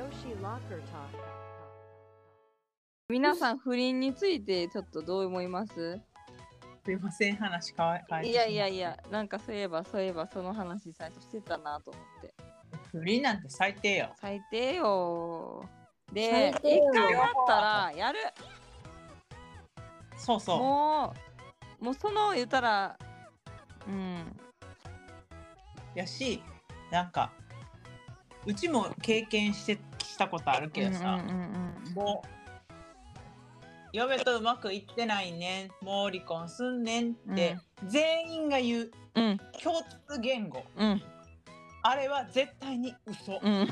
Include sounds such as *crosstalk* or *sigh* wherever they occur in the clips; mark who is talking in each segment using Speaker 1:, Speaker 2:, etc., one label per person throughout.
Speaker 1: Soccer Talk.
Speaker 2: 皆さん不倫についてちょっとどう思います
Speaker 3: すいません、話変わ変えて
Speaker 2: い
Speaker 3: しま
Speaker 2: や
Speaker 3: って
Speaker 2: いやいやなんかそういえばそういえばその話最初してたなと思って
Speaker 3: 不倫なんて最低よ。
Speaker 2: 最低よーで
Speaker 4: 最低
Speaker 2: 一
Speaker 4: よー
Speaker 2: 回なったらやる
Speaker 3: そうそう。
Speaker 2: もうもうその言うたらうん
Speaker 3: やしなんかうちも経験してしたことあるけどさ、
Speaker 2: うんうんうん
Speaker 3: もう嫁とうまくいってないねんもう離婚すんねんって、全員が言う
Speaker 2: うん
Speaker 3: 共通言語
Speaker 2: うん
Speaker 3: あれは絶対に嘘、
Speaker 2: うんうん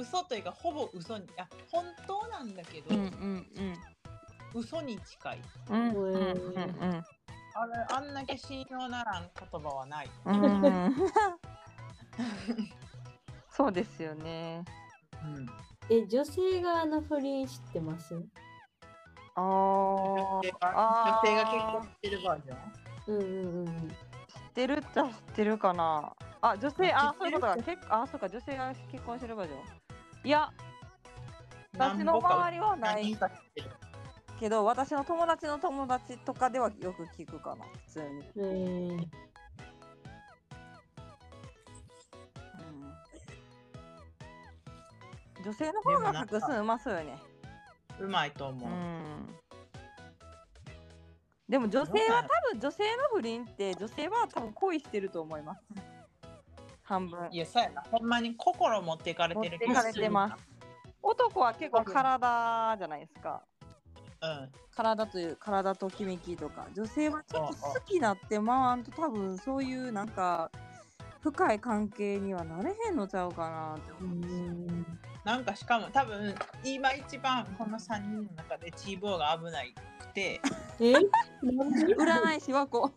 Speaker 3: 嘘というかほぼ嘘にあ本当なんだけど、
Speaker 2: うんうんうん
Speaker 3: 嘘に近い
Speaker 2: うんうんうん
Speaker 3: あれあんだけ信用ならん言葉はない
Speaker 2: うんうんそうですよね
Speaker 3: うん
Speaker 4: え、女性側の不倫知ってます
Speaker 2: あー
Speaker 3: 女性
Speaker 2: あ
Speaker 3: が女性が結婚してるバージョン
Speaker 4: うんうんうん。
Speaker 2: 知ってるっちゃ知ってるかなあ女性あ
Speaker 3: 知
Speaker 2: そういう
Speaker 3: ってる
Speaker 2: ことか結あそうか女性が結婚してるバージョンいや私
Speaker 3: 何
Speaker 2: の
Speaker 3: ぼか
Speaker 2: 周りはな
Speaker 3: 何
Speaker 2: い
Speaker 3: 人か知ってる
Speaker 2: けど私の友達の友達とかではよく聞くかな普通に、
Speaker 4: えー、
Speaker 2: うん、女性の方
Speaker 3: でもな
Speaker 2: が
Speaker 3: んか
Speaker 2: 隠すのうまそうよね
Speaker 3: うまいと思
Speaker 2: う
Speaker 3: う、
Speaker 2: んでも女性は多分女性の不倫って女性は多分恋してると思います半分
Speaker 3: いやさやなほんまに心持っていかれ
Speaker 2: 持
Speaker 3: て
Speaker 2: っ
Speaker 3: る
Speaker 2: てかれてます男は結構
Speaker 3: 多分
Speaker 2: 体じゃないですか
Speaker 3: うん
Speaker 2: 体という体ときめきとか女性はちょっと
Speaker 3: あ
Speaker 2: 好
Speaker 3: あ
Speaker 2: きなってまあんと多分そういうなんか深い関係にはなれへんのちゃうかなって
Speaker 4: う
Speaker 2: 思うんですよ
Speaker 4: ん。
Speaker 3: なんかしかも多分今一番この3人の中でチーボーが危ないく *laughs* て
Speaker 4: えなんで
Speaker 2: 占い師和子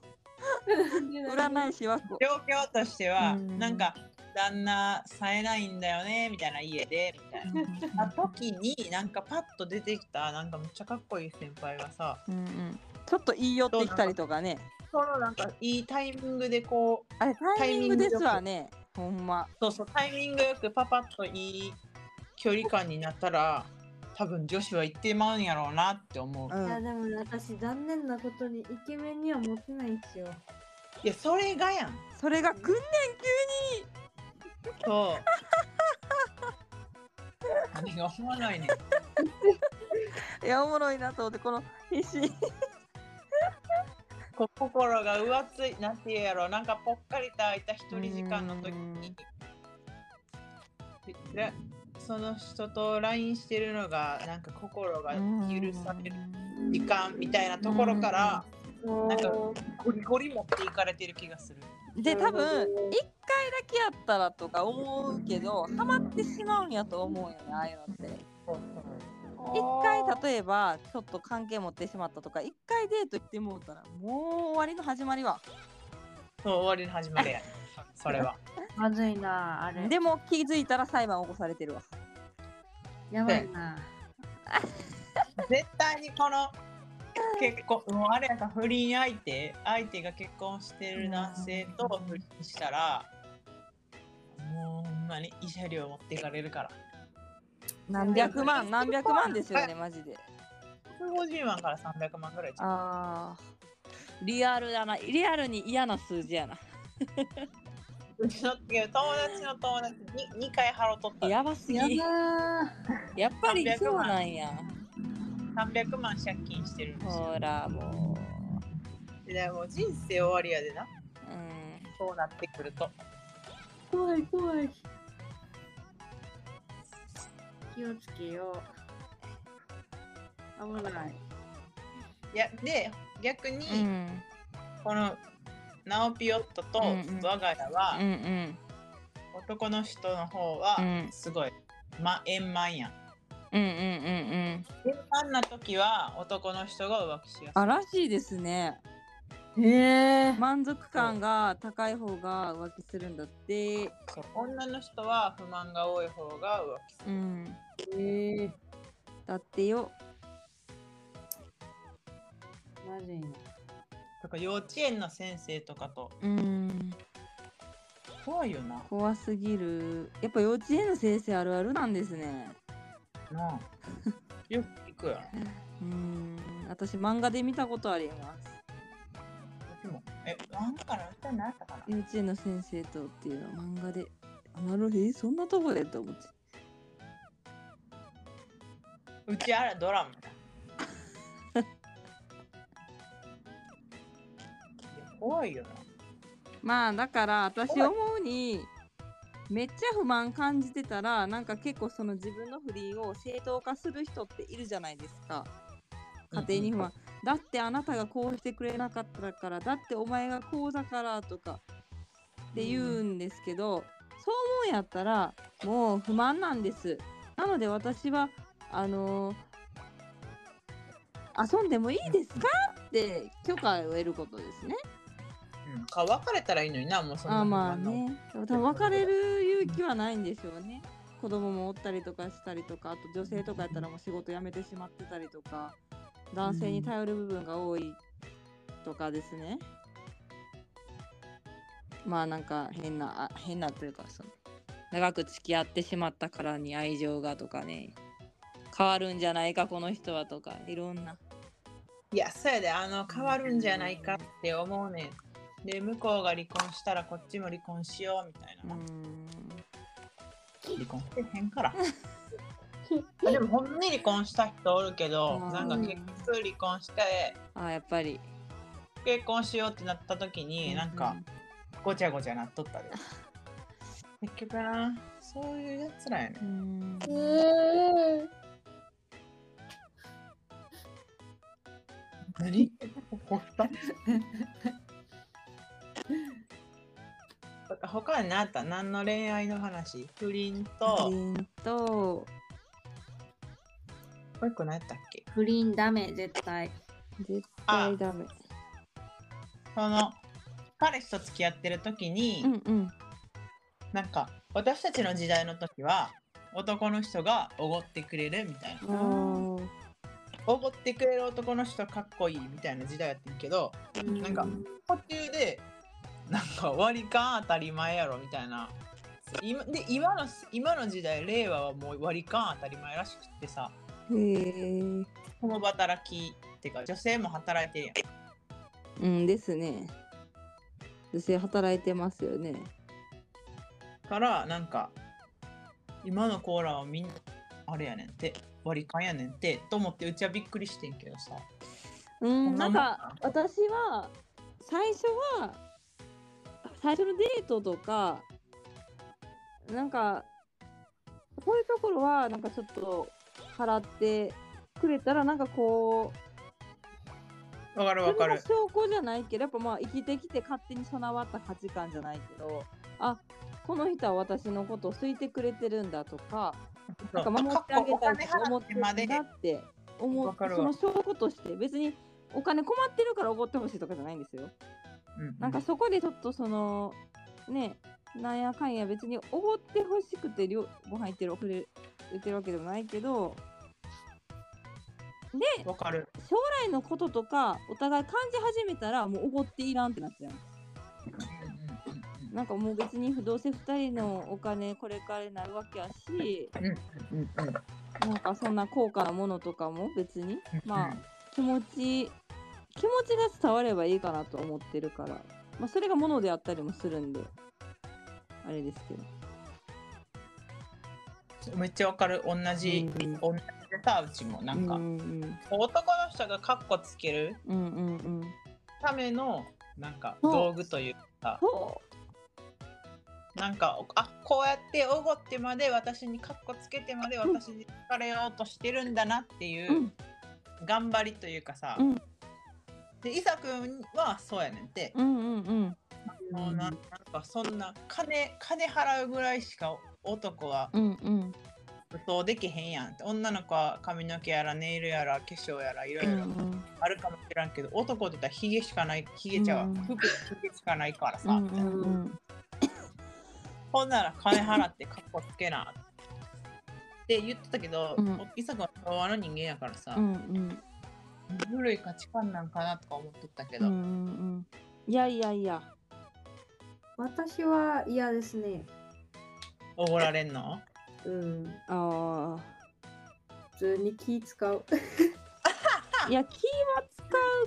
Speaker 2: 占い師和子
Speaker 3: *laughs* 状況としては
Speaker 2: うん
Speaker 3: なんか旦那冴えないんだよねみたいな家でみたいな時になんかパッと出てきたなんかめっちゃかっこいい先輩がさ
Speaker 2: うんうんちょっと言い寄ってきたりとかね
Speaker 3: そのなんかいいタイミングでこう
Speaker 2: あれタイミングですわねほんま
Speaker 3: そうそうタイミングよくパパッといい距離感になったら多分女子は行ってまうんやろうなって思う。
Speaker 2: う
Speaker 4: いや
Speaker 2: ん
Speaker 4: でも私残念なことにイケメンにはモテないんですよ。
Speaker 3: いやそれがやん
Speaker 2: それがくんねん
Speaker 3: そう。 *laughs* 何が思わないねん。
Speaker 2: 急にいやおもろいなと思ってこの必死に
Speaker 3: こ心が浮つい、なんて言うやろなんかぽっかりと空いた一人時間の時に。でらその人と LINE してるのがなんか心が許される時間みたいなところからなんかゴリゴリ持っていかれてる気がする。
Speaker 2: で多分一回だけやったらとか思うけどハマってしまうんやと思うよねああいうのって一回例えばちょっと関係持ってしまったとか一回デート行ってもうたらもう終わりの始まりは
Speaker 3: そう終わりの始
Speaker 2: *laughs*
Speaker 3: まりやね。それは。
Speaker 4: まずいなあれ
Speaker 2: でも気づいたら裁判起こされてるわ
Speaker 4: や
Speaker 3: ばい
Speaker 4: な。
Speaker 3: 絶対にこの結婚もうあれやから不倫相手相手が結婚してる男性と不倫したらもうほんまに慰謝料持っていかれるから
Speaker 2: 何百万何百万です *laughs* よねマジで
Speaker 3: 150万から300万ぐらいちゃう
Speaker 2: あーリアルだなリアルに嫌な数字やな
Speaker 3: うちの友達の友達に2回払うとったら
Speaker 2: やばすぎ
Speaker 4: やば
Speaker 2: やっぱり
Speaker 3: 300
Speaker 2: そう
Speaker 3: 万
Speaker 2: なんや
Speaker 3: 300万借金してるんですよ
Speaker 2: ほらも
Speaker 3: でもう人生終わりやでな
Speaker 2: ううん
Speaker 3: そうなってくると
Speaker 4: 怖い怖い。気をつけよう。危ない。
Speaker 3: いやで逆に、
Speaker 2: うん
Speaker 3: このナオピヨットと
Speaker 2: うんうん
Speaker 3: 我が家は、
Speaker 2: うんうん
Speaker 3: 男の人の方は、
Speaker 2: うん
Speaker 3: すごい、ま、円満やん
Speaker 2: うんうんうんうん
Speaker 3: 円満な時は男の人が浮気しやすい
Speaker 2: あらしいですね
Speaker 4: へえ。
Speaker 2: 満足感が高い方が浮気するんだって
Speaker 3: そう女の人は不満が多い方が浮気する
Speaker 2: うん
Speaker 4: え
Speaker 2: だってよ
Speaker 4: まずいな。
Speaker 3: とか幼稚園の先生とかと
Speaker 2: うん
Speaker 3: 怖いよな。
Speaker 2: 怖すぎるやっぱ幼稚園の先生あるあるなんですね *laughs*
Speaker 3: なあよく聞くよな。
Speaker 2: うーん私漫画で見たことあります
Speaker 3: でも、え、なんかな、歌なったかな。
Speaker 2: 幼稚園の先生とっていうのは漫画であなるほどえそんなとこでと思って
Speaker 3: うちあらドラマだ。
Speaker 2: *laughs*
Speaker 3: いや怖いよな。
Speaker 2: まあだから私思うにめっちゃ不満感じてたらなんか結構その自分の不倫を正当化する人っているじゃないですか家庭に不満、だってあなたがこうしてくれなかったからだってお前がこうだからとかって言うんですけど、そう思うんやったらもう不満なんですなので私はあのー遊んでもいいですかって許可を得ることですね
Speaker 3: うん、か別れたらいいのにな、もうそんな
Speaker 2: あー
Speaker 3: の
Speaker 2: まあ
Speaker 3: んなの
Speaker 2: ね多分別れる勇気はないんでしょうね子供もおったりとかしたりとかあと女性とかやったらもう仕事辞めてしまってたりとか男性に頼る部分が多いとかですね、まあなんか変なあ変なというかその長く付き合ってしまったからに愛情がとかね変わるんじゃないかこの人はとかいろんない
Speaker 3: や、そうやで、あの、変わるんじゃないかって思うねん。で、向こうが離婚したらこっちも離婚しようみたいうな。
Speaker 2: ん
Speaker 3: 離婚してへ
Speaker 2: *laughs*
Speaker 3: んから。あでも、ほんまに離婚した人おるけど、
Speaker 2: うん
Speaker 3: なんか結局離婚して、
Speaker 2: あーやっぱり
Speaker 3: 結婚しようってなった時に、なんか、ごちゃごちゃなっとっ
Speaker 2: *laughs*
Speaker 3: たで。結局な、そういうやつらやね
Speaker 2: う。ん
Speaker 4: えー、
Speaker 3: 何ほったとか他になった何の恋愛の話不倫と
Speaker 2: 不
Speaker 3: も
Speaker 2: 倫と
Speaker 3: う一個何やったっけ
Speaker 4: 不倫ダメ絶対
Speaker 2: 絶対ダメ。
Speaker 3: その彼氏と付き合ってる時に、
Speaker 2: うんうん。
Speaker 3: なんか私たちの時代の時は男の人がおごってくれるみたいな
Speaker 2: あー
Speaker 3: おごってくれる男の人かっこいいみたいな時代やってんけどなんか途中でなんか割り勘当たり前やろみたいな今で今の今の時代令和はもう割り勘当たり前らしくってさ
Speaker 2: へえ。
Speaker 3: 共働きってか女性も働いてるや
Speaker 2: うんですね。女性働いてますよね。
Speaker 3: んからなんか今のコーラはみんなあれやねんって割り勘やねんってと思ってうちはびっくりしてんけどさ
Speaker 2: うん、
Speaker 3: そ
Speaker 2: なんん
Speaker 3: な
Speaker 2: か私は最初は最初のデートとかなんかそういうところはなんかちょっと払ってくれたらなんかこう
Speaker 3: わかる
Speaker 2: そ
Speaker 3: わ
Speaker 2: れ
Speaker 3: か
Speaker 2: が
Speaker 3: る
Speaker 2: 証拠じゃないけどやっぱまあ生きてきて勝手に備わった価値観じゃないけどあこの人は私のことを好いてくれてるんだと
Speaker 3: *laughs*
Speaker 2: か
Speaker 3: そ
Speaker 2: なんか
Speaker 3: う
Speaker 2: 守ってあげたいと
Speaker 3: かっこ
Speaker 2: 思
Speaker 3: お
Speaker 2: っ
Speaker 3: 金払ってて
Speaker 2: る
Speaker 3: ま
Speaker 2: ん
Speaker 3: で
Speaker 2: だって思
Speaker 3: わ
Speaker 2: う
Speaker 3: かる
Speaker 2: そ
Speaker 3: わ
Speaker 2: の証拠として別にお金困ってるからおごってほしいとかじゃないんですよ。
Speaker 3: うん
Speaker 2: なんかそこでちょっとそのねなんやかんや別におごってほしくてりょご飯行ってるくれ言ってるわけでもないけど
Speaker 3: わかる
Speaker 2: 将来のこととかお互い感じ始めたらもうおごっていらんってなっちゃう。
Speaker 3: うんうん
Speaker 2: なんかもう別にどうせ2人のお金これからになるわけやし
Speaker 3: うんうんうん
Speaker 2: なんかそんな高価なものとかも別にまあ気持ち気持ちが伝わればいいかなと思ってるから、まあ、それがものであったりもするんであれですけど
Speaker 3: めっちゃわかる同じ、
Speaker 2: うん
Speaker 3: 同じでさうちもなんか、
Speaker 2: うんうん
Speaker 3: 男の人がカッコつける
Speaker 2: うんうんうん
Speaker 3: ためのなんか
Speaker 2: そう
Speaker 3: 道具というか
Speaker 2: そ、
Speaker 3: なんかあこうやっておごってまで私にカッコつけてまで私に好かれようとしてるんだなっていう
Speaker 2: う、
Speaker 3: うん頑張りというかさ、
Speaker 2: うん
Speaker 3: で伊佐君はそうやねんって、
Speaker 2: うんうんうん
Speaker 3: もうななんかそんな金金払うぐらいしか男は
Speaker 2: うんうん
Speaker 3: 武装できへんやんって女の子は髪の毛やらネイルやら化粧やらいろ
Speaker 2: う
Speaker 3: いろ。
Speaker 2: ん
Speaker 3: あるかもしれんけど男って言ったらヒゲしかないヒゲちゃうわ、
Speaker 2: うん
Speaker 3: 服ヒゲしかないから
Speaker 2: う
Speaker 3: さ、
Speaker 2: んうんうん
Speaker 3: ほんなら金払ってかっこつけなって言ってたけど、
Speaker 2: うん
Speaker 3: 伊佐君は昭和の人間やからさ、
Speaker 2: うんうん
Speaker 3: 古い価値観なんかなとか思っとったけ
Speaker 2: う
Speaker 3: ど、
Speaker 2: んうんいやいやいや
Speaker 4: 私は嫌ですね。
Speaker 3: おごられんの
Speaker 4: うん。
Speaker 2: あ
Speaker 4: 普通に気使う。
Speaker 2: あ。いや、気は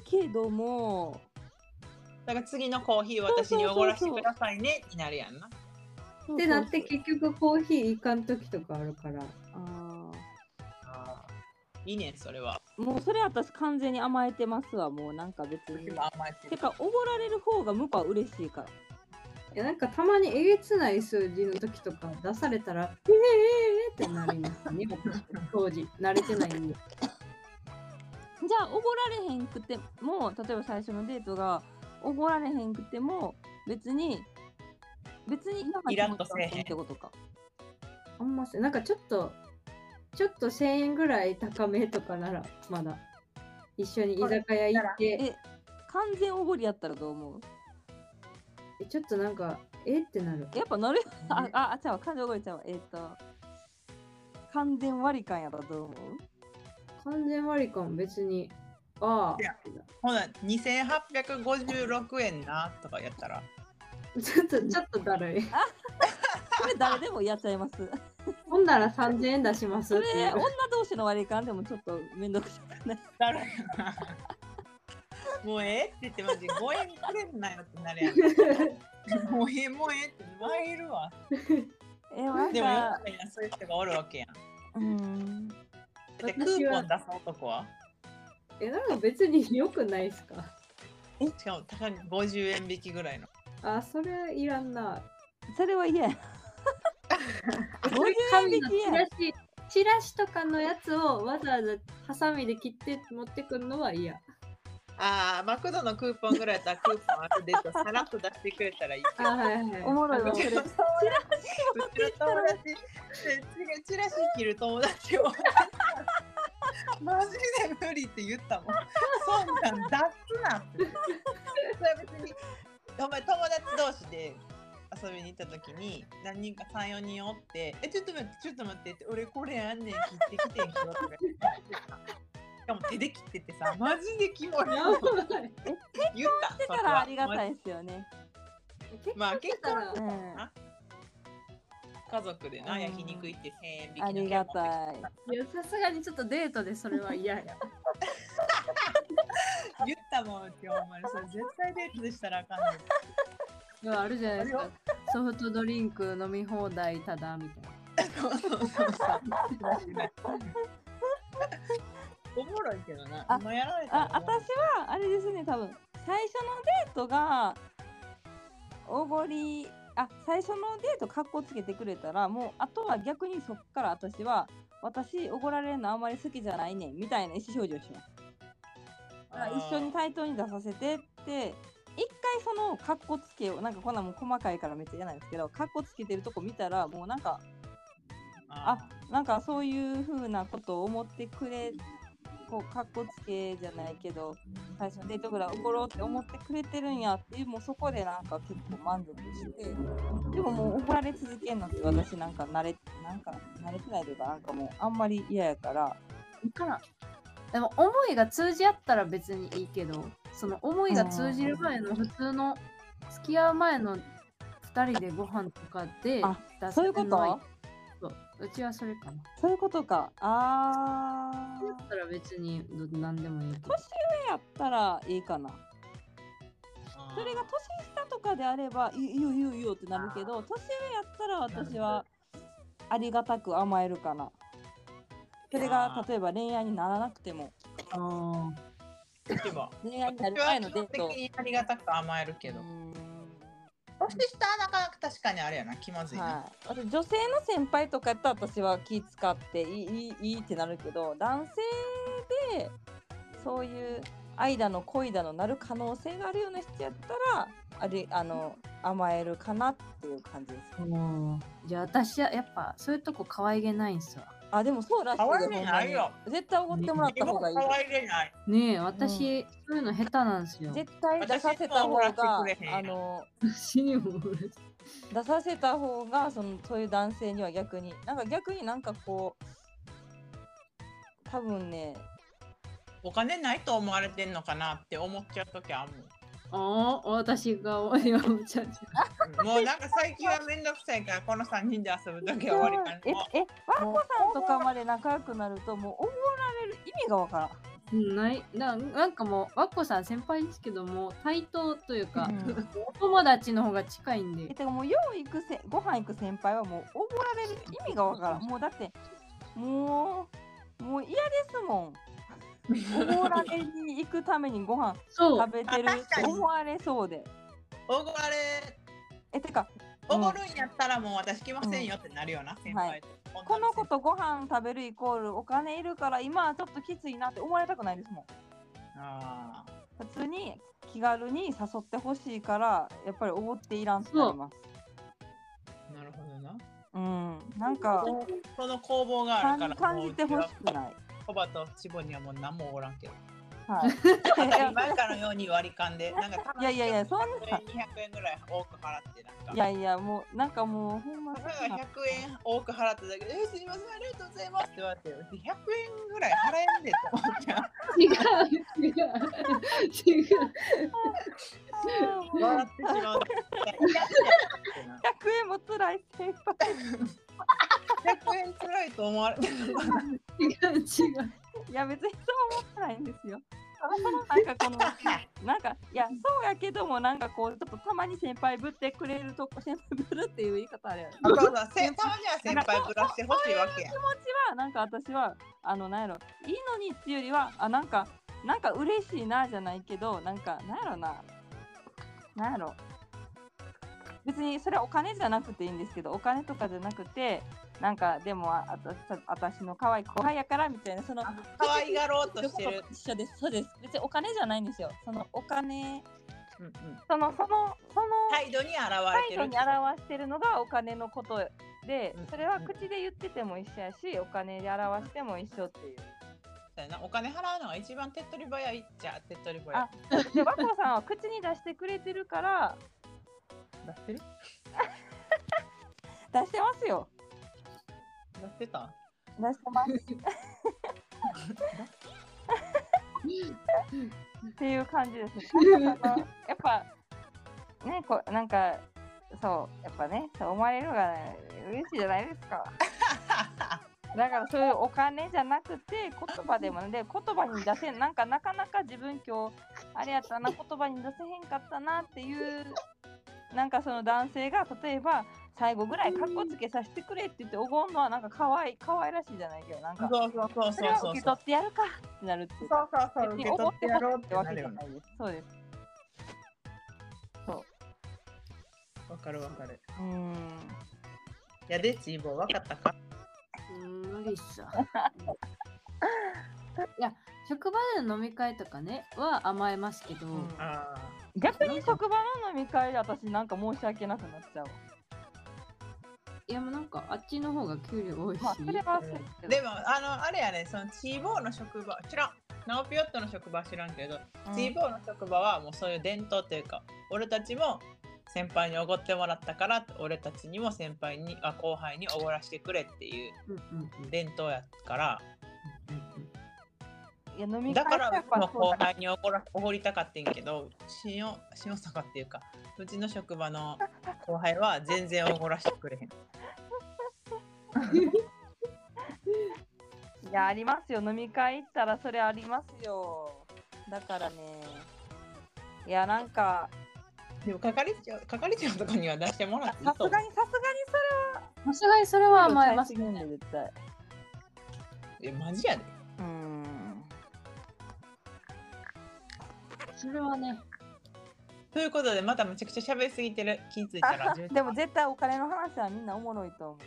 Speaker 2: 使うけども、
Speaker 3: だから次のコーヒー私におごらせてくださいねになるやんな。
Speaker 4: ってなって結局コーヒーいかん時とかあるから。
Speaker 2: あ
Speaker 3: いいねそれは。
Speaker 2: ーもうそれ私完全に甘えてますわ、もうなんか別に。
Speaker 3: 甘えて
Speaker 2: て
Speaker 3: る
Speaker 2: か、おごられる方が向こうは嬉しいから。
Speaker 4: いやなんかたまにえげつない数字の時とか出されたら、ええええええってなりますね。私当時、慣れてないんで。
Speaker 2: じゃあおごられへんくても例えば最初のデートがおごられへんくても別に別に今
Speaker 3: イラッとせえへん
Speaker 2: ってことか。
Speaker 4: あんまし、なんかちょっと、ちょっと1000円ぐらい高めとかなら、まだ。一緒に居酒屋行って、
Speaker 2: え完全おごりやったらどう思う
Speaker 4: えちょっとなんか、えってなる。
Speaker 2: やっぱ乗るあああちゃうわ完全おごりちゃうわえっ、と完全割り勘やったらどう思う
Speaker 4: 完全割り勘別に、あ
Speaker 3: いやほな2856円なとかやったら。
Speaker 4: あ、ちょっと、ちょっとだるい。
Speaker 2: これ誰でもやっちゃいます。
Speaker 4: ほんなら3000円出します
Speaker 2: そ
Speaker 4: っ
Speaker 2: れ
Speaker 4: ていう
Speaker 2: 女。同士の割り勘でもちょっと面倒くさくない。
Speaker 3: なるやな。もうええって言ってマジ5円くれんなよって
Speaker 2: *laughs*
Speaker 3: なるやん。もうええもうええって言われるわ。
Speaker 2: えなん
Speaker 3: でも世の
Speaker 2: か
Speaker 3: 中にはそういう人がおるわけやん。
Speaker 2: うん
Speaker 3: でクーポン出す男は
Speaker 4: え、なんか別に良くないですか
Speaker 3: しかも高い50円引きぐらいの。
Speaker 4: あ、それいらんな。
Speaker 2: それは嫌 *laughs* や。50円
Speaker 4: 紙
Speaker 2: 引
Speaker 4: の
Speaker 2: き
Speaker 4: チ
Speaker 2: や
Speaker 4: ラ。シ、チラシとかのやつをわざわざハサミで切って持ってくるのは嫌。
Speaker 3: ああ、マクドのクーポンぐらいやったらクーポンあるでとさらっと出してくれたらいいけ
Speaker 4: あ、
Speaker 3: ど。
Speaker 4: はいはい。
Speaker 2: おもろいわ
Speaker 3: う
Speaker 2: それ
Speaker 3: ちの友達、うちの友達、違うチラシ切る
Speaker 2: *laughs*
Speaker 3: 友達を。マジで無理って言ったもん。そんなん出すなって。それは別に、お前友達同士で。遊びに行った時に何人か34人おって「えちょっと待ってちょっと待って」って「俺これあんねん切ってきてんけど」とか言ってしかも手で切ってて
Speaker 2: *laughs*
Speaker 3: さマジでキモい
Speaker 4: やばい。
Speaker 3: 言った
Speaker 2: ってたらありが
Speaker 3: そこ
Speaker 2: た
Speaker 3: はい
Speaker 2: ですよね。
Speaker 3: まあ結
Speaker 4: だか
Speaker 3: 婚
Speaker 4: ら
Speaker 2: う、ん。あ
Speaker 3: 家族で
Speaker 2: う
Speaker 3: なん焼肉行って1000円引き
Speaker 2: りがた
Speaker 3: い
Speaker 2: い。
Speaker 4: いやさすがにちょっとデートでそれは嫌や。
Speaker 3: 言ったもん今日お前それ絶対デートでしたらあかんねん
Speaker 4: でもあるじゃないですか。ソフトドリンク飲み放題ただみたいな。
Speaker 3: そうそうそう
Speaker 4: *laughs*
Speaker 3: そうおもろいけどな
Speaker 2: あ
Speaker 3: 今やられた
Speaker 2: あ、
Speaker 3: ら
Speaker 2: 私はあれですね、多分最初のデートがおごり、あ、最初のデート格好つけてくれたら、もうあとは逆にそっから私は私おごられるのあんまり好きじゃないねんみたいな意思表示をします。だから一緒に
Speaker 3: 対
Speaker 2: 対等に出させてって。一回そのカッコつけをなんかこんなんもう細かいからめっちゃ嫌なんですけどカッコつけてるとこ見たらもうなんかあなんかそういうふうなことを思ってくれこうかっこつけじゃないけど最初のデートぐらい怒ろうって思ってくれてるんやっていうもうそこでなんか結構満足してでももう怒られ続けるのって私なんか慣れなんか慣れてないというかなんかもうあんまり嫌やから
Speaker 4: からでも思いが通じ合ったら別にいいけど、その思いが通じる前の普通の付き合う前の2人でご飯とかで
Speaker 2: あ
Speaker 4: 出
Speaker 2: そういうこ
Speaker 4: すのは
Speaker 2: と
Speaker 4: そううちはそれかな。
Speaker 2: そういうことかあ
Speaker 4: だ
Speaker 2: ー
Speaker 4: ったら別にど何でもいいけど
Speaker 2: 年。上やったらいいかなそれが年下とかであればいいいよいいよいいよってなるけど年上やったら私はありがたく甘えるかなそれ
Speaker 3: あ
Speaker 2: が
Speaker 3: ー
Speaker 2: 例えば恋愛にならなくても
Speaker 4: あ
Speaker 3: 例えば
Speaker 2: 恋愛になる
Speaker 3: 私は
Speaker 2: 前
Speaker 3: 基
Speaker 2: のデ
Speaker 3: 本
Speaker 2: ー
Speaker 3: 的
Speaker 2: ト
Speaker 3: にありがたく甘えるけど、
Speaker 2: う
Speaker 3: 年下はなかなか確かにあれやな気まず
Speaker 2: ーん
Speaker 3: いな、
Speaker 2: はい、あと女性の先輩とかやったら私は気使っていいいいいいってなるけど男性でそういう愛だの恋だのなる可能性があるような人やったらあれあの甘えるかなっていう感じです
Speaker 4: あ。もうじゃあ私はやっぱそういうとこ可愛げないんすわ。
Speaker 2: あでもそうらしいで
Speaker 3: 可愛いね
Speaker 2: ほんまに
Speaker 3: ないよ
Speaker 2: 絶対おごってもらった
Speaker 3: 今
Speaker 2: 方がいい
Speaker 3: 可愛げない
Speaker 4: ねえ、私、そういうの下手なんすよ。 *laughs*
Speaker 2: 絶対出させた方
Speaker 3: 私いつも
Speaker 2: が
Speaker 3: おごらせてくれへん
Speaker 2: あの
Speaker 4: 私にもおる
Speaker 2: 出させた方がそのそういう男性には逆になんか逆になんかこう多分ね
Speaker 3: お金ないと思われてんのかなって思っちゃう時あるもん
Speaker 4: ああ、私が今むちゃくちゃ。
Speaker 3: もうなんか最近はめんどくさいからこの3人で遊ぶ時は終わりか
Speaker 2: え
Speaker 3: な。もう
Speaker 2: え和子さんとかまで仲良くなるともう怒られる意味がわからん
Speaker 4: うんないななんかもう、わっこさん先輩ですけども、対等というか、お友達の方が近いん
Speaker 2: え
Speaker 4: で。
Speaker 2: てかもうよう行くせご飯行く先輩はもう怒られる意味がわからんもうだってもうもう嫌です
Speaker 3: *laughs*
Speaker 2: もん怒られに行くためにご飯
Speaker 4: そう
Speaker 2: 食、べてるって思われそうで
Speaker 3: おごられ、
Speaker 2: えてか
Speaker 3: おごるんやったらもう私来ませんよってなるよな、先輩と。
Speaker 2: この子とご飯食べるイコールお金いるから今はちょっときついなって思われたくないですもん
Speaker 3: ああ。
Speaker 2: 普通に気軽に誘ってほしいからやっぱりおごっていらんってなります
Speaker 3: なるほどな。
Speaker 2: うんなんか
Speaker 3: その攻防があるか
Speaker 2: 感
Speaker 3: ら。
Speaker 2: 感じてほしくない
Speaker 3: コバとチボにはもう何もおらんけど。
Speaker 2: はいいや
Speaker 3: 前からのように割り
Speaker 2: *laughs*
Speaker 3: 勘で、なんか楽しく
Speaker 2: いやいやいやそんな
Speaker 3: 100円ぐらい多く払って、なんか。
Speaker 2: いやいやもうなんかもうほんま
Speaker 3: たかが100円多く払っただけで、えすみません、ありがとうございますって言われて、うち100円ぐらい払えんでと思っちゃう。
Speaker 4: 違う、違う、違う。
Speaker 3: *laughs* 笑ってしまう。
Speaker 2: 100円も辛い先輩
Speaker 3: 100円辛いと思われてる。
Speaker 4: 違う、違
Speaker 2: *laughs*
Speaker 4: う。
Speaker 2: いや別にそう思ってないんです
Speaker 3: *laughs*
Speaker 2: よなんかこのなんかいやそうやけどもなんかこうちょっとたまに先輩ぶってくれるとこ先輩ぶるっていう言い方あれやろ
Speaker 3: お父さん、せんたまには先輩ぶらしてほしいわけや。
Speaker 2: はなんか私はあのなんやろいいのにっていうよりはあなんかなんか嬉しいなじゃないけどなんかなんやろななんやろ別にそれはお金じゃなくていいんですけどお金とかじゃなくてなんかでもああ私の可愛い後輩やからみたいなその
Speaker 3: 可愛がろうとしてる。
Speaker 2: 一緒ですそうです別にお金じゃないんですよそのお金
Speaker 3: うんうん
Speaker 2: そのそのその
Speaker 3: 態度に現れ
Speaker 2: 態
Speaker 3: て
Speaker 2: 度
Speaker 3: る。
Speaker 2: に表してるのがお金のことで
Speaker 3: うん
Speaker 2: それは口で言ってても一緒やしお金で表しても一緒っていう。
Speaker 3: お金払うのが一番手っ取り早いっちゃ手っ取り早い。
Speaker 2: で、和光さんは口に出してくれてるから、
Speaker 3: 出してる
Speaker 2: 出してますよ。
Speaker 3: 出してた
Speaker 2: 出してます。っていう感じですね。なんかそのやっぱ、ね、こう、なんか、そう、やっぱね、そう思われるのが嬉しいじゃないですか。だからそういうお金じゃなくて言葉でもねで言葉に出せんなんかなかなか自分今日あれやったな言葉に出せへんかったなっていうなんかその男性が例えば最後ぐらいかっこつけさせてくれって言っておごんのはなんか可愛い可愛らしいじゃないけどなん
Speaker 3: そう
Speaker 2: か
Speaker 3: そうそう
Speaker 2: そ
Speaker 3: そ
Speaker 2: れ
Speaker 3: う
Speaker 2: は
Speaker 3: そ
Speaker 2: 受
Speaker 3: う
Speaker 2: け。取ってやるかってなるっていう
Speaker 3: そうそうそう、
Speaker 2: 別
Speaker 3: 受
Speaker 2: に
Speaker 3: け
Speaker 2: お
Speaker 3: 取
Speaker 2: ごっ
Speaker 3: って
Speaker 2: て
Speaker 3: や
Speaker 2: ほ
Speaker 3: ろ
Speaker 2: しいっ
Speaker 3: うってて
Speaker 2: わ
Speaker 3: な
Speaker 2: け
Speaker 3: る
Speaker 2: じゃ
Speaker 3: よ
Speaker 2: な
Speaker 3: ね。
Speaker 2: いですそうです
Speaker 3: わかるわかる。
Speaker 2: うーん
Speaker 3: いやでちぼわかったか。
Speaker 4: うん、無理っすわいや、職場での飲み会とかね、は甘えますけど、
Speaker 2: ん
Speaker 3: あ
Speaker 2: 逆に職場の飲み会で私なんか申し訳なくなっちゃうわ
Speaker 4: いや、もうなんかあっちの方が給料多いし。
Speaker 2: まあそれはそうです
Speaker 3: あ。
Speaker 2: けど
Speaker 3: でもあのあれやね、そのちぼの職場知らん。ナオピヨットの職場知らんけど、
Speaker 2: うん
Speaker 3: ちぼの職場はもうそういう伝統というか、俺たちも先輩におごってもらったから、俺たちにも先輩にあ後輩におごらしてくれっていう
Speaker 4: うんうん
Speaker 3: 伝統やから、
Speaker 2: いや飲み
Speaker 3: だ
Speaker 2: 会
Speaker 3: か
Speaker 2: は
Speaker 3: ら
Speaker 2: や
Speaker 3: う
Speaker 2: っ
Speaker 3: ち
Speaker 2: ぱ
Speaker 3: の
Speaker 2: そう
Speaker 3: 後
Speaker 2: だな
Speaker 3: 輩におごらおごりたかってんけど、しのしのさかっていうか、うちの職場の後輩は全然おごらしてくれへん。
Speaker 2: いやありますよ飲み会行ったらそれありますよだからねいやなんか
Speaker 3: でも係長係長とかには出してもら
Speaker 2: さ
Speaker 3: って
Speaker 2: す
Speaker 3: い
Speaker 2: がにさす
Speaker 3: いと思
Speaker 2: がにそ
Speaker 4: さすがにそれは
Speaker 2: れ
Speaker 4: 甘えます。
Speaker 2: すぎるね絶対
Speaker 3: う。えマジやで。
Speaker 2: うーん
Speaker 4: それはね。
Speaker 3: ということでまためちゃくちゃ喋りすぎてる気づいた
Speaker 2: *laughs*
Speaker 3: ら
Speaker 2: でも絶対お金の話はみんなおもろいと思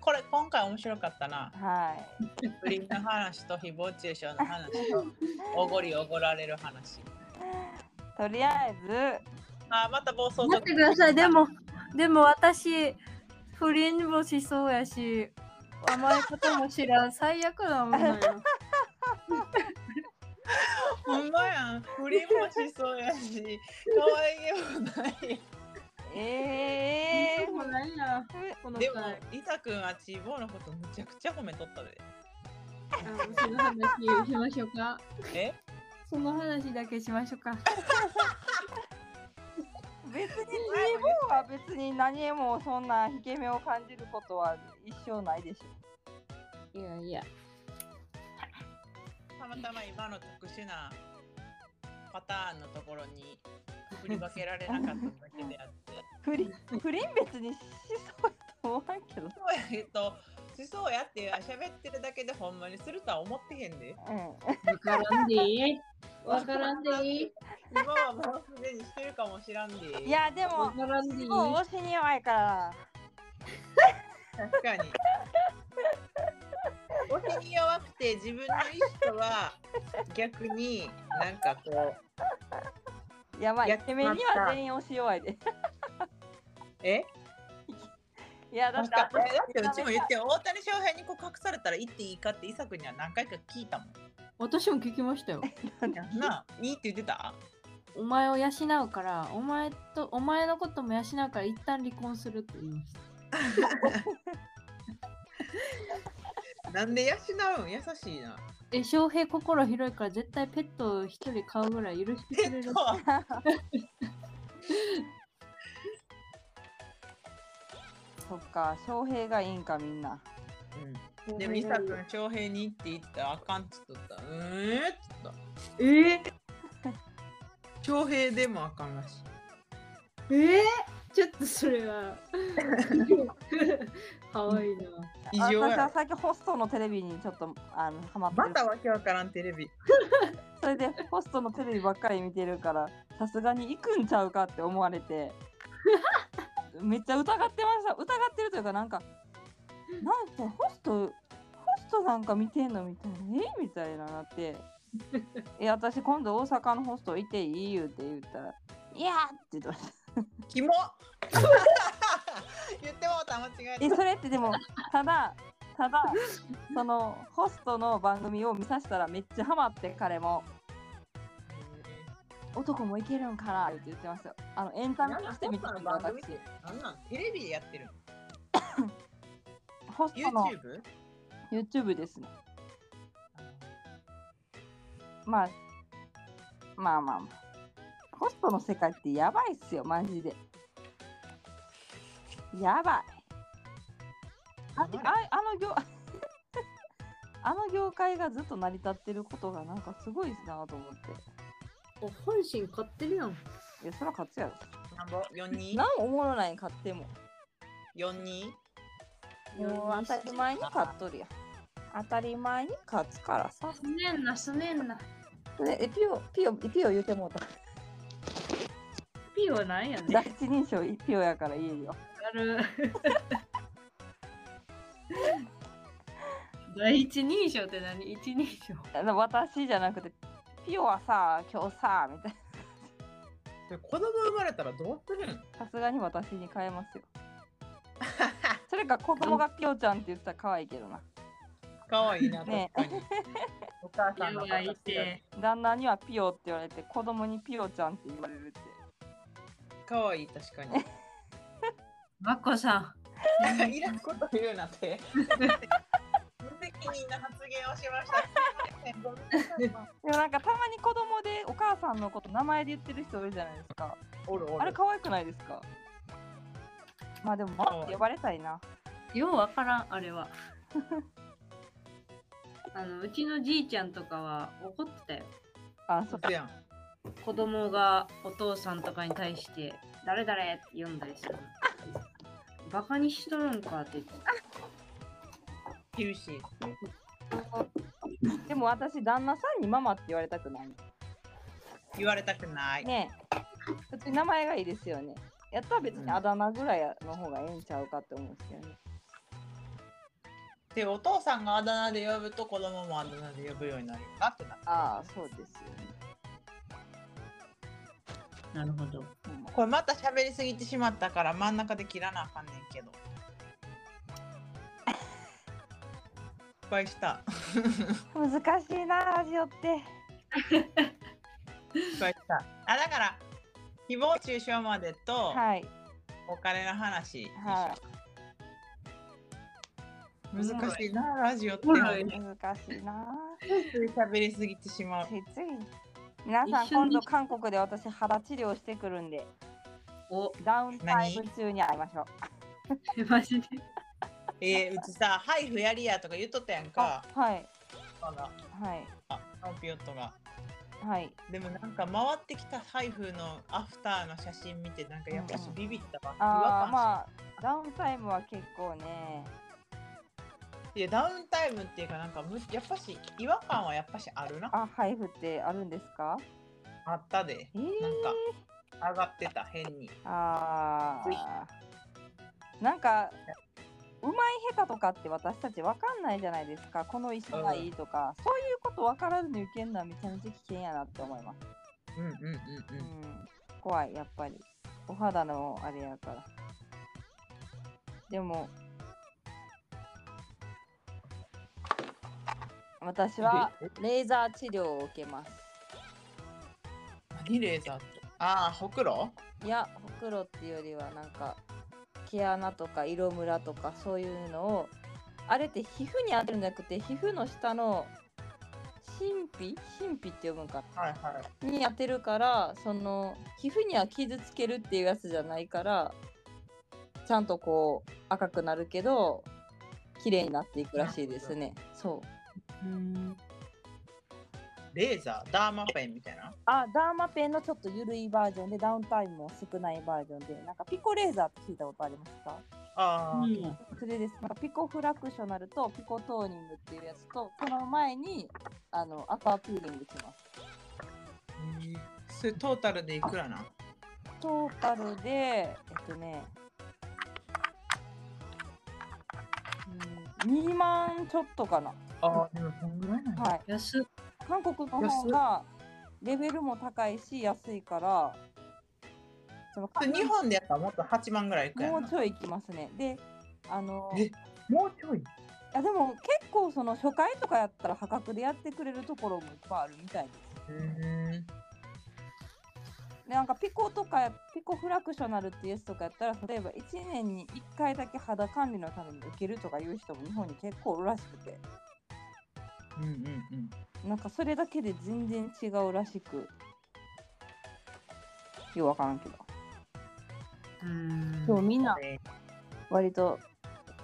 Speaker 3: これ今回面白かったな
Speaker 2: うはい
Speaker 3: 不倫の話と誹謗中傷
Speaker 2: *laughs*
Speaker 3: の話とおごりおごられる話
Speaker 2: とりあえず
Speaker 3: あーまた暴走族
Speaker 4: 待ってください。でも、でも私、不倫もしそうやし、甘えことも知らん。最悪だも
Speaker 1: *laughs*
Speaker 4: んなよ。
Speaker 3: ほんまやん不倫もしそうやし可愛げもない
Speaker 2: え
Speaker 4: も
Speaker 2: ー
Speaker 4: ないな。この
Speaker 3: で
Speaker 4: 回
Speaker 3: も。リサ君はチーボーのことむちゃくちゃ褒めとったで
Speaker 4: あのその
Speaker 1: *laughs*
Speaker 4: 話しましょうか。
Speaker 3: え
Speaker 4: その話だけしましょうか。
Speaker 2: 別に G ボーは別に何もそんな引け目を感じることは一生ないでしょ。
Speaker 1: いやいや。
Speaker 3: たまたま今の特殊なパターンのところに振り分けられなかっただけであって。
Speaker 2: 不
Speaker 3: *laughs*
Speaker 2: 倫不倫別にしそうやと思わんけど。
Speaker 3: そうやえっと、しそうやって喋ってるだけでほんまにするとは思ってへんで。
Speaker 2: うん。
Speaker 1: わからんでい *laughs* い。わからんでいい。
Speaker 3: 今はもうすでにしてるかもしらんで。
Speaker 2: いやで
Speaker 1: わ
Speaker 2: も
Speaker 1: からんでいい。
Speaker 2: もう推しに弱いから。
Speaker 3: 確かに。お日に弱くて自分の意思とは逆になんかこう
Speaker 2: やばい。
Speaker 3: や
Speaker 2: イ
Speaker 3: っ
Speaker 2: ケ
Speaker 3: ちまった
Speaker 2: メンには全員推し弱いで。
Speaker 3: え
Speaker 2: いやだ
Speaker 3: だ
Speaker 2: っ
Speaker 3: っててだってうちも言って大谷翔平に告白されたら行っていいかって伊作には何回か聞いた
Speaker 2: *laughs*
Speaker 3: もん。
Speaker 4: 私も聞きましたよ。
Speaker 3: なあいいって言ってた
Speaker 4: お前を養うから、お前とお前のことも養うから一旦離婚するって言いました。
Speaker 3: なんで養うん優しいな。
Speaker 4: え、翔平心広いから絶対ペットを一人飼うぐらい許してくれる。
Speaker 2: そっか翔平がいいんかみんな。
Speaker 3: うん、で、美佐君、翔平にって言ったらあかんっつっとった。うーんっつった。
Speaker 1: えー、
Speaker 3: 翔平でもあかんらしい。
Speaker 1: えー、ちょっとそれは。
Speaker 4: *laughs*
Speaker 1: かわいいな。
Speaker 3: 異常
Speaker 2: 私
Speaker 3: や
Speaker 2: は
Speaker 3: ろ。
Speaker 2: 最近ホストのテレビにちょっとあのハマって
Speaker 3: ま
Speaker 2: る。
Speaker 3: たわけわからんテレビ。
Speaker 2: それでホストのテレビばっかり見てるからさすがに行くんちゃうかって思われてめっちゃ疑ってました疑ってるというかなんかなんてホストホストなんか見てんのみたいなえみたいななって「え私今度大阪のホストいていい?」言うて言ったら「いや!」って言ってました
Speaker 3: キモ *laughs* 言ってもうた間違え
Speaker 2: え
Speaker 3: た。
Speaker 2: それってでもただただそのホストの番組を見させたらめっちゃハマって彼も。男もいけるんかなって言ってますよ。あのエンタメとして見てるんだ私。
Speaker 3: なんなんテレビでやってるの
Speaker 2: ホストの
Speaker 3: ?YouTube?
Speaker 2: YouTube ですね。まあ、まあまあまあ。ホストの世界ってやばいっすよ、マジで。やばい。あ
Speaker 3: やばい
Speaker 2: ああの業 *laughs* あの業界がずっと成り立ってることがなんかすごいなと思って。
Speaker 1: お本心買ってるやん。
Speaker 2: いや、そら勝つやろ。
Speaker 3: なんぼ ?42?
Speaker 2: 何もおもろないん買っても。
Speaker 3: 42?
Speaker 2: もう当たり前に買っとるやん。当たり前に勝つからさ。
Speaker 4: すねんな、すねんな。
Speaker 2: ね、えピオ、ピオ、ピオ言うてもうた。
Speaker 4: ピーはなんやねん。
Speaker 2: *laughs* 第一人称ピオやから言えるよ。
Speaker 4: ある。 *laughs* 第一人称って何一人称
Speaker 2: あの私じゃなくて、ピオはさ、今日さ、みたい
Speaker 3: で子供生まれたらどうするん
Speaker 2: な。さすがに私に変えます *laughs* よ。それか子供がピオちゃんって言ったら可愛いけどな。
Speaker 3: かわいいな、確
Speaker 2: ね
Speaker 3: かに。お母さんの
Speaker 4: やばいて。
Speaker 2: 旦那にはピオって言われて、子供にピオちゃんって言われるって。
Speaker 3: かわいい、確かに。
Speaker 4: まこさ
Speaker 3: いらんこと言うなって。無責任な発言をしました。ごめんなさい
Speaker 2: でもなんかたまに子供でお母さんのこと名前で言ってる人いるじゃないですか。
Speaker 3: おるおる
Speaker 2: あれ可愛くないですかまあでも、ママって呼ばれたいな。
Speaker 4: ん。ようわからん、あれは。 *laughs* あのうちのじいちゃんとかは怒ってたよ。
Speaker 2: あ、そっか
Speaker 3: 嘘。やん。
Speaker 4: 子供がお父さんとかに対して「誰誰?」って呼んだりするの。バカにしとるんかって言ってた。
Speaker 3: ヘルシー。
Speaker 2: でも私、旦那さんにママって言われたくない。
Speaker 3: 言われたくない。
Speaker 2: ねえ、別に名前がいいですよね。やったら別にあだ名ぐらいの方がええんちゃうかって思うんですけどね。
Speaker 3: で、お父さんがあだ名で呼ぶと子供もあだ名で呼ぶようになるよなってなった。
Speaker 2: ああ、そうですよね。
Speaker 4: なるほど。
Speaker 2: うん
Speaker 3: これまた喋りすぎてしまったから真ん中で切らなあかんねんけど。失敗した。
Speaker 2: 難しいな、ラジオって。
Speaker 3: 失敗した。あ、だから、誹謗中傷までと
Speaker 2: はい。
Speaker 3: お金の話でしょ。
Speaker 2: は
Speaker 3: 難しいな、ラジオって。
Speaker 4: おもろいね
Speaker 2: 難しいな。
Speaker 3: つい喋りすぎてしまう
Speaker 2: つ。いつい。皆さん、
Speaker 4: 一緒
Speaker 2: 今
Speaker 4: に
Speaker 2: 度韓国で私、肌治療してくるんで、
Speaker 4: *laughs*
Speaker 1: お、
Speaker 2: ダウンタイム中に会いましょう。
Speaker 1: マジで。
Speaker 3: えー、うちさ、ハイフやりやとか言っとったやんか、
Speaker 2: あはい
Speaker 3: あの
Speaker 2: はい
Speaker 3: あカンピオットが。
Speaker 2: はい。
Speaker 3: でもなんか回ってきたハイフのアフターの写真見て、なんかやっぱし
Speaker 2: うん
Speaker 3: ビビったわ。違
Speaker 2: あー
Speaker 3: 和感し
Speaker 2: まあダウンタイムは結構ね。
Speaker 3: いや、ダウンタイムっていうか、なんかむやっぱし違和感はやっぱしあるな。
Speaker 2: あ配布ってあるんですか？
Speaker 3: あったで。
Speaker 2: えー、
Speaker 3: なんか上がってた、変に。
Speaker 2: あーなんかうまい下手とかって私たちわかんないじゃないですかこの石がいいとか、そういうことわからずに受けるのはめちゃめちゃ危険やなって思います、
Speaker 3: うんうんうん
Speaker 2: う
Speaker 3: うん。
Speaker 2: ん、怖いやっぱりお肌のあれやからでも私は
Speaker 3: え
Speaker 2: レーザー治療を受けます
Speaker 3: 何レーザーって。ああ、ほくろ
Speaker 2: いやほくろっていうよりはなんか毛穴とか色ムラとかそういうのをあれって皮膚に当てるんじゃなくて皮膚の下の神秘神秘って呼ぶんか
Speaker 3: はいはい。
Speaker 2: に当てるからその皮膚には傷つけるっていうやつじゃないからちゃんとこう赤くなるけど綺麗になっていくらしいですねそう
Speaker 3: レーザー、ダーマペンみたいな。
Speaker 2: あダーマペンのちょっと緩いバージョンでダウンタイムも少ないバージョンでなんかピコレーザーって聞いたことありますか
Speaker 3: ああ、
Speaker 2: それです。なんかピコフラクショナルとピコトーニングっていうやつと、この前にあのアクアピーリングします。
Speaker 3: えーそれトータルでいくらな
Speaker 2: トータルで、えっとね、うん2万ちょっとかな。
Speaker 3: ああ、でもこんぐらいな
Speaker 2: はい。
Speaker 1: 安っ。
Speaker 2: 韓国の方がレベルも高いし、安いから、その
Speaker 3: 日本でやったらもっと8万ぐらいいくやん
Speaker 2: も
Speaker 3: な
Speaker 2: うちょい行きますね。で、あの、
Speaker 3: えもうちょい
Speaker 2: いやでも結構その初回とかやったら破格でやってくれるところもいっぱいあるみたいです。
Speaker 3: うん
Speaker 2: でなんかピコとかピコフラクショナルっていうやつとかやったら例えば1年に1回だけ肌管理のために受けるとかいう人も日本に結構おるらしくて
Speaker 3: うんうんうん
Speaker 2: なんかそれだけで全然違うらしくようわからんけど
Speaker 1: うん
Speaker 4: *laughs*
Speaker 2: でもみんな
Speaker 3: え
Speaker 2: 割と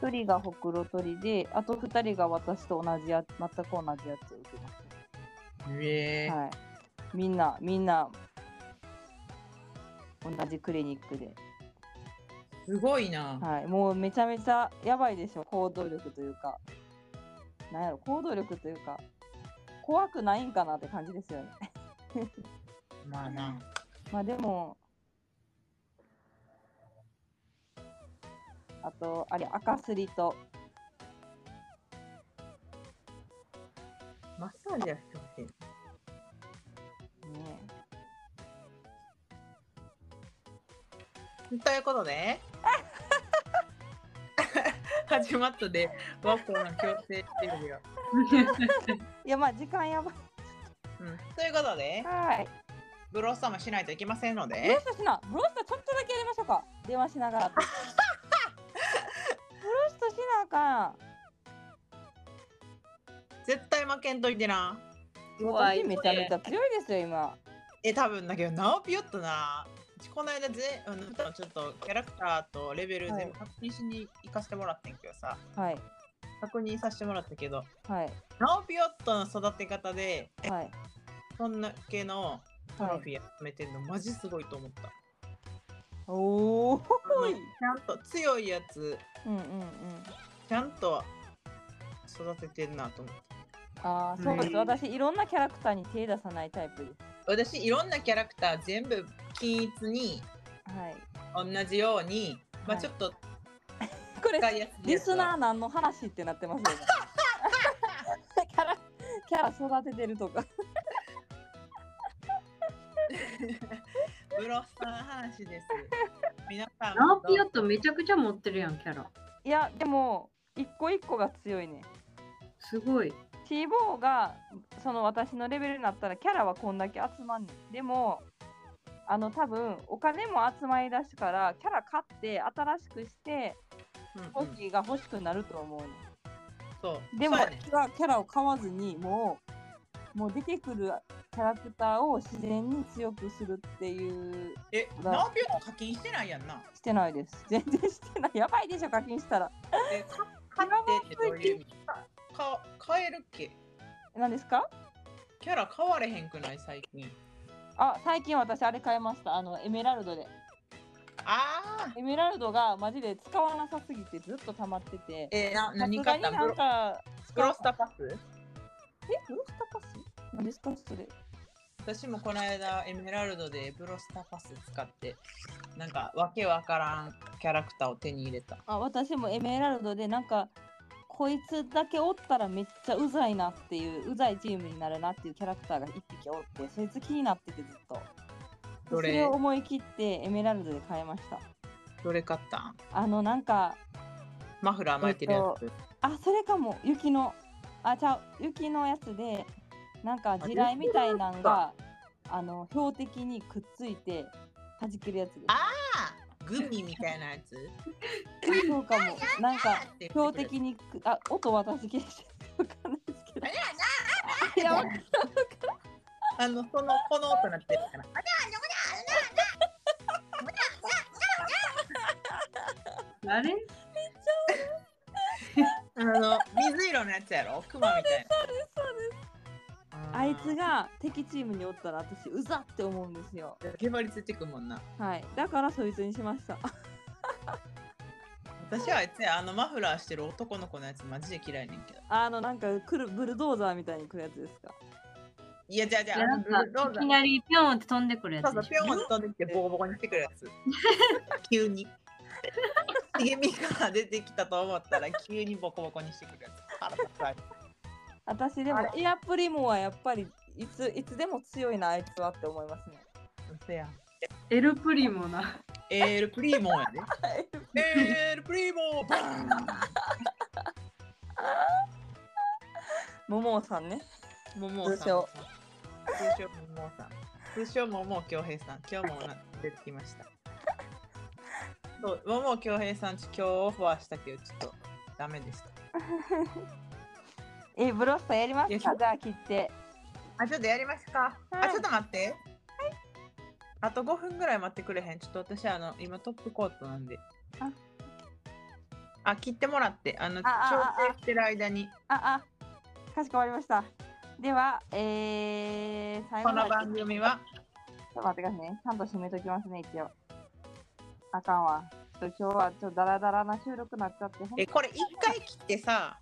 Speaker 2: 1人がほくろ取りであと2人が私と同じや全く同じやつを受けます
Speaker 3: ーえー
Speaker 2: はいみんなみんな同じクリニックです
Speaker 3: ごいな、
Speaker 2: はい、もうめちゃめちゃやばいでしょ行動力というかなんやろ行動力というか怖くないんかなって感じですよね *laughs*
Speaker 3: まあな
Speaker 2: まあでもあとあれ赤すりと
Speaker 3: マッサージはしてほしい
Speaker 2: ね
Speaker 3: ということ *laughs* で始まったでワッポの強制終了、
Speaker 2: いやまあ時間やばい
Speaker 3: うん、ということで
Speaker 2: はい
Speaker 3: ブロッサムしないといけませんの
Speaker 2: ブロ
Speaker 3: で
Speaker 2: スタしなブロスタちょっとだけやりましょうか電話しなが
Speaker 3: *laughs*
Speaker 2: らブロスタしなあかん
Speaker 3: 絶対負けんといてな
Speaker 1: 怖い
Speaker 2: 私めちゃめちゃ強いですよ今
Speaker 3: え多分だけどなおぴよっとなうちこの間ぜあのちょっとキャラクターとレベル全部確認しに行かせてもらってんけどさ、
Speaker 2: はい
Speaker 3: 確認させてもらったけど
Speaker 2: はい
Speaker 3: ナオピヨットの育て方で
Speaker 2: はい
Speaker 3: そんな系のトロ
Speaker 2: は
Speaker 3: フ
Speaker 2: い
Speaker 3: ィー集めてんのマジすごいと思った、
Speaker 2: おお
Speaker 3: あのちゃんと強いやつ
Speaker 2: うんうんうん。
Speaker 3: ちゃんと育ててんなと思った
Speaker 2: ああ、そうです。
Speaker 1: うん
Speaker 2: 私、いろんなキャラクターに手出さないタイプです。
Speaker 3: 私いろんなキャラクター全部均一に
Speaker 2: はい。
Speaker 3: 同じように、ま
Speaker 2: はい
Speaker 3: あちょっと
Speaker 2: これ
Speaker 3: 使、いやすい
Speaker 2: リ
Speaker 3: やつ
Speaker 2: スナー
Speaker 3: は
Speaker 2: 何の話ってなってますよ、ね。キャラ、キャラ育ててるとか。
Speaker 3: ブロスターの
Speaker 2: *laughs*
Speaker 3: 話です皆さん
Speaker 4: ナ
Speaker 3: も
Speaker 4: オピオットめちゃくちゃ持ってるやん、キャラ。
Speaker 2: いや、でも、一個一個が強いね。
Speaker 4: すごい。
Speaker 2: T ボーが、その私のレベルになったら、キャラはこんだけ集まんねん。でも、あの、多分、お金も集まりだしから、キャラ買って、新しくして、
Speaker 3: うん
Speaker 2: ポ
Speaker 3: うん
Speaker 2: キが欲しくなると思うねん。
Speaker 3: そう
Speaker 2: でも、
Speaker 3: そうやね
Speaker 2: キャラキャラを買わずにもうもう出てくるキャラクターを自然に強くするっていう
Speaker 3: え、
Speaker 2: だ
Speaker 3: 何秒も課金してないやんな。
Speaker 2: してないです *laughs* 全然してないやばいでしょ課金したら
Speaker 3: え、か買ってってどういう意味か買えるっけ
Speaker 2: 何ですか
Speaker 3: キャラ買われへんくない最近。
Speaker 2: あ最近私あれ買いましたあのエメラルドで
Speaker 3: ああ
Speaker 2: エメラルドがマジで使わなさすぎてずっと溜まってて
Speaker 3: えー、な
Speaker 2: さす
Speaker 3: 何
Speaker 2: が
Speaker 3: 買っ
Speaker 2: に
Speaker 3: た
Speaker 2: な
Speaker 3: ブロ
Speaker 2: んか
Speaker 3: ブロスタパス
Speaker 2: えブロスタパス何ですかそれ
Speaker 3: 私もこの間エメラルドでブロスタパス使ってなんかわけわからんキャラクターを手に入れた。
Speaker 2: あ私もエメラルドでなんかこいつだけおったらめっちゃうざいなっていううざいチームになるなっていうキャラクターが1匹おってそいつ気になっててずっと
Speaker 3: ど
Speaker 2: そ
Speaker 3: れ
Speaker 2: れを思い切ってエメラルドで買いました
Speaker 3: どれ買ったん
Speaker 2: あのなんか
Speaker 3: マフラー巻いてるやつ。
Speaker 2: あそれかも雪のあちゃう雪のやつでなんか地雷みたいなのがあの標的にくっついて弾けるやつです
Speaker 3: あああグミみたいなやつ
Speaker 2: そうかもなんか
Speaker 3: って言ってくれ
Speaker 2: 標
Speaker 3: る
Speaker 2: 的にくあ音私消してわかんないですけどいや
Speaker 3: あの、その、この音なってるから。
Speaker 4: あれ
Speaker 3: あの、水色のやつやろクマみたいな。
Speaker 2: あいつ。が敵チームにおったら私うざって思うんですよ
Speaker 3: げばりついてくもんな。
Speaker 2: はいだからそいつにしました
Speaker 3: 私はあいつや、あのマフラーしてる男の子のやつマジで嫌いねんけど。
Speaker 2: あのなんか来るブルドーザーみたいに来るやつですか
Speaker 3: いや、じゃあじ
Speaker 4: い
Speaker 3: ゃあ
Speaker 4: やな
Speaker 3: あの、
Speaker 4: ん
Speaker 3: ブ
Speaker 4: か
Speaker 3: ルドー
Speaker 4: い
Speaker 3: ザ
Speaker 4: き
Speaker 3: ー
Speaker 4: なりピョンって飛んでくるや
Speaker 3: そう
Speaker 4: つ
Speaker 3: そう、
Speaker 4: で
Speaker 3: ぴ
Speaker 4: しょ
Speaker 3: ょん飛んできてボコボコにしてくるや
Speaker 4: *laughs*
Speaker 3: つ。急に。茂みから出てきたと思ったら急にボコボコにしてくるやつ。腹立つわ
Speaker 2: 私でもエアプリモはやっぱりいついつでも強いなあいつはって思いますね
Speaker 3: うそやん。
Speaker 4: エルプリモな。
Speaker 3: エールプリーモンやで。エールプリーモンバーン
Speaker 2: モモさんね
Speaker 3: ももうさん。
Speaker 2: 通称
Speaker 3: 通称ももうさん。通称ももう京平さん。今日もな出てきました。そう、ももう京平さんち今日オファーしたけど、ちょっとダメでした。
Speaker 2: えブロスターやりま
Speaker 3: よい
Speaker 2: す
Speaker 3: しょ
Speaker 2: かじゃあ切って
Speaker 3: あ、ちょっとやりますか。
Speaker 2: はい
Speaker 3: あ、ちょっと待って。あと5分ぐらい待ってくれへん。ちょっと私、あの、今トップコートなんで。
Speaker 2: あ
Speaker 3: あ、切ってもらって、あの、調
Speaker 2: あああ
Speaker 3: 整してる間に、
Speaker 2: ああかしこまりましたではえー、最後
Speaker 3: こ
Speaker 2: ま
Speaker 3: の
Speaker 2: で
Speaker 3: 番組は、
Speaker 2: ちょっと待ってくださいね。ちゃんと締めときますね、一応。あかんわ。ちょっと今日はちょっとダラダラな収録になっちゃって。
Speaker 3: え、これ一回切ってさ、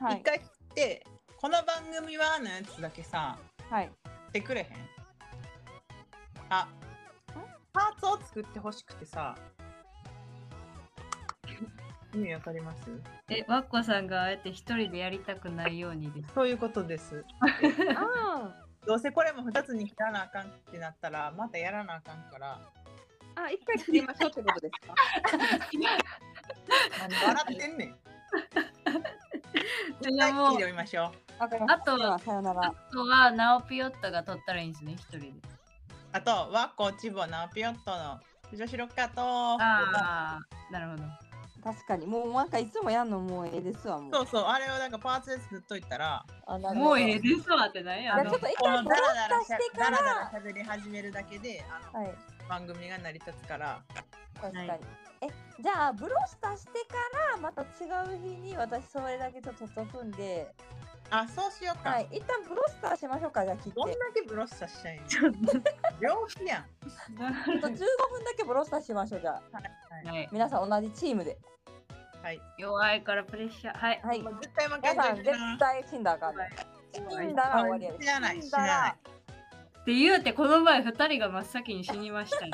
Speaker 3: 一、
Speaker 2: はい。
Speaker 3: 回切って、この番組はのやつだけさ、
Speaker 2: はい。
Speaker 3: ってくれへんあパーツを作ってほしくてさ意味わかります
Speaker 4: え、ワッコさんがあえて一人でやりたくないように
Speaker 2: *laughs*
Speaker 4: です。
Speaker 3: そういうことです
Speaker 2: あ
Speaker 3: どうせこれも2つに切らなあかんってなったらまたやらなあかんから
Speaker 2: あ、一回切りましょうってことです *laughs* か
Speaker 3: 何笑ってんね
Speaker 2: *laughs*
Speaker 3: ん
Speaker 4: い
Speaker 3: 一
Speaker 4: や
Speaker 3: 回
Speaker 4: もう
Speaker 3: 切りましょう
Speaker 2: わかりました。
Speaker 4: あとは
Speaker 2: でさよなら。
Speaker 4: あとはナオピヨットが取ったらいいんですね、一人で。
Speaker 3: あとワッコチボナオピヨットの女子ロッカーと
Speaker 4: ああ、なるほど。
Speaker 2: 確かに、もうなんかいつもやんのもうええですわ、もう。
Speaker 3: そうそうあれをなんかパーツで作っといたら
Speaker 2: あなるほど
Speaker 4: もうええですわってなんや
Speaker 2: あ
Speaker 4: あ
Speaker 2: ち
Speaker 4: の *laughs*
Speaker 2: ょっと一
Speaker 3: こ
Speaker 2: 回
Speaker 3: の
Speaker 2: ブ
Speaker 3: ダ
Speaker 2: ロ
Speaker 3: ラダラ
Speaker 2: ス
Speaker 3: し
Speaker 2: ターして
Speaker 3: ダ
Speaker 2: か
Speaker 3: ラ
Speaker 2: ら。
Speaker 3: ダラ喋り始めるだけであの
Speaker 2: はい。
Speaker 3: 番組が成り立つから
Speaker 2: 確かに。
Speaker 4: はい
Speaker 2: え、じゃあ、ブロスターしてから、また違う日に私それだけちょっと取っとくんで、
Speaker 3: あそうしようか、
Speaker 2: はい。一旦ブロスターしましょうか、じゃあ切って。ち
Speaker 3: どんだ
Speaker 2: ょ
Speaker 3: けブロスタしたいんや
Speaker 4: ちょっと
Speaker 3: 病気やん。
Speaker 2: っと15分だけブロスターしましょう、じゃあ。
Speaker 4: はい
Speaker 2: 皆さん同じチームで。
Speaker 3: はい。
Speaker 4: 弱いからプレッシャー。はい。
Speaker 2: はい。
Speaker 3: もう絶対負け
Speaker 2: 皆さん
Speaker 3: んといて
Speaker 2: 絶
Speaker 3: な。
Speaker 2: 対死んだらあかんね。
Speaker 4: はい
Speaker 2: 死んだら終わりやで。
Speaker 3: 死なない
Speaker 2: 死んだら
Speaker 4: って言うて、この前2人が真っ先に死にましたね。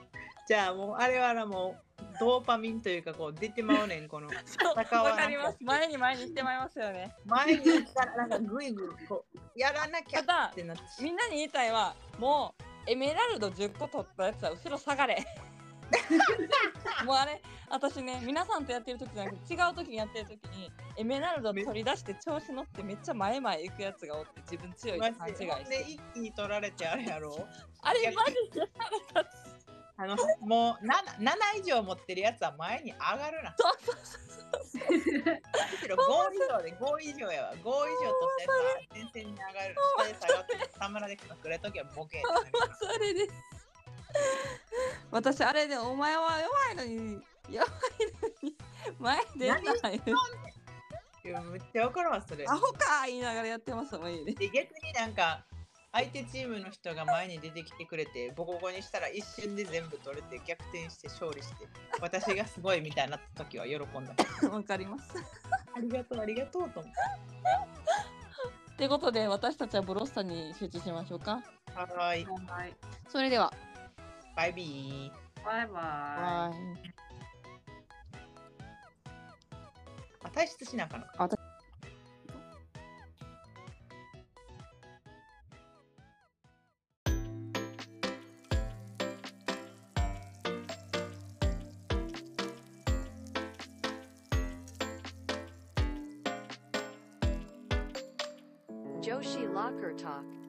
Speaker 4: *laughs*
Speaker 3: じゃあもうあれはなもうドーパミンというかこう出てまうねんこの戦わ
Speaker 2: わ
Speaker 3: な
Speaker 2: かります。前に前に行ってまいりますよね。
Speaker 3: 前に行ったらなんかグイグイこうやらなきゃ
Speaker 2: ただ
Speaker 3: ってなってし
Speaker 2: みんなに言いたいは、もうエメラルド10個取ったやつは後ろ下が *laughs* れ。もうあれ、私ね、皆さんとやってる時じゃなくて、違う時にやってる時に、エメラルド取り出して調子乗ってめっちゃ前前行くやつがおって、自分強い
Speaker 3: ま
Speaker 2: と
Speaker 3: う
Speaker 2: 勘違い
Speaker 3: でほん
Speaker 2: し
Speaker 3: で
Speaker 2: て。
Speaker 3: 一気に取られてあれやろ。
Speaker 2: あれ、マジで腹立つ
Speaker 3: あのもう 7, 7以上持ってるやつは前に上がるな。
Speaker 2: そうそうそう
Speaker 3: むしろ5以上で5以上やわ。5以上取ったやつは前線に上がる。下で下がって、田村で隠れときはボケになるから。
Speaker 2: それです。私あれでお前は弱いのに弱いのに前出ない。
Speaker 3: いやめっちゃわかるわ、それ。
Speaker 2: アホか言いながらやってますもんいいね。
Speaker 3: で逆になんか相手チームの人が前に出てきてくれてボコボコにしたら一瞬で全部取れて逆転して勝利して私がすごいみたいになった時は喜んだ
Speaker 2: *laughs* わかります。
Speaker 3: *laughs* ありがとうありがとうと思っ
Speaker 2: ってことで私たちはブロッサに集中しましょうか。
Speaker 3: てはーい
Speaker 4: はい。
Speaker 2: それでは。
Speaker 3: バイビー
Speaker 4: バイバイ。
Speaker 2: はい
Speaker 3: あ退出しなあかんのか
Speaker 5: 女子ロッカー Talk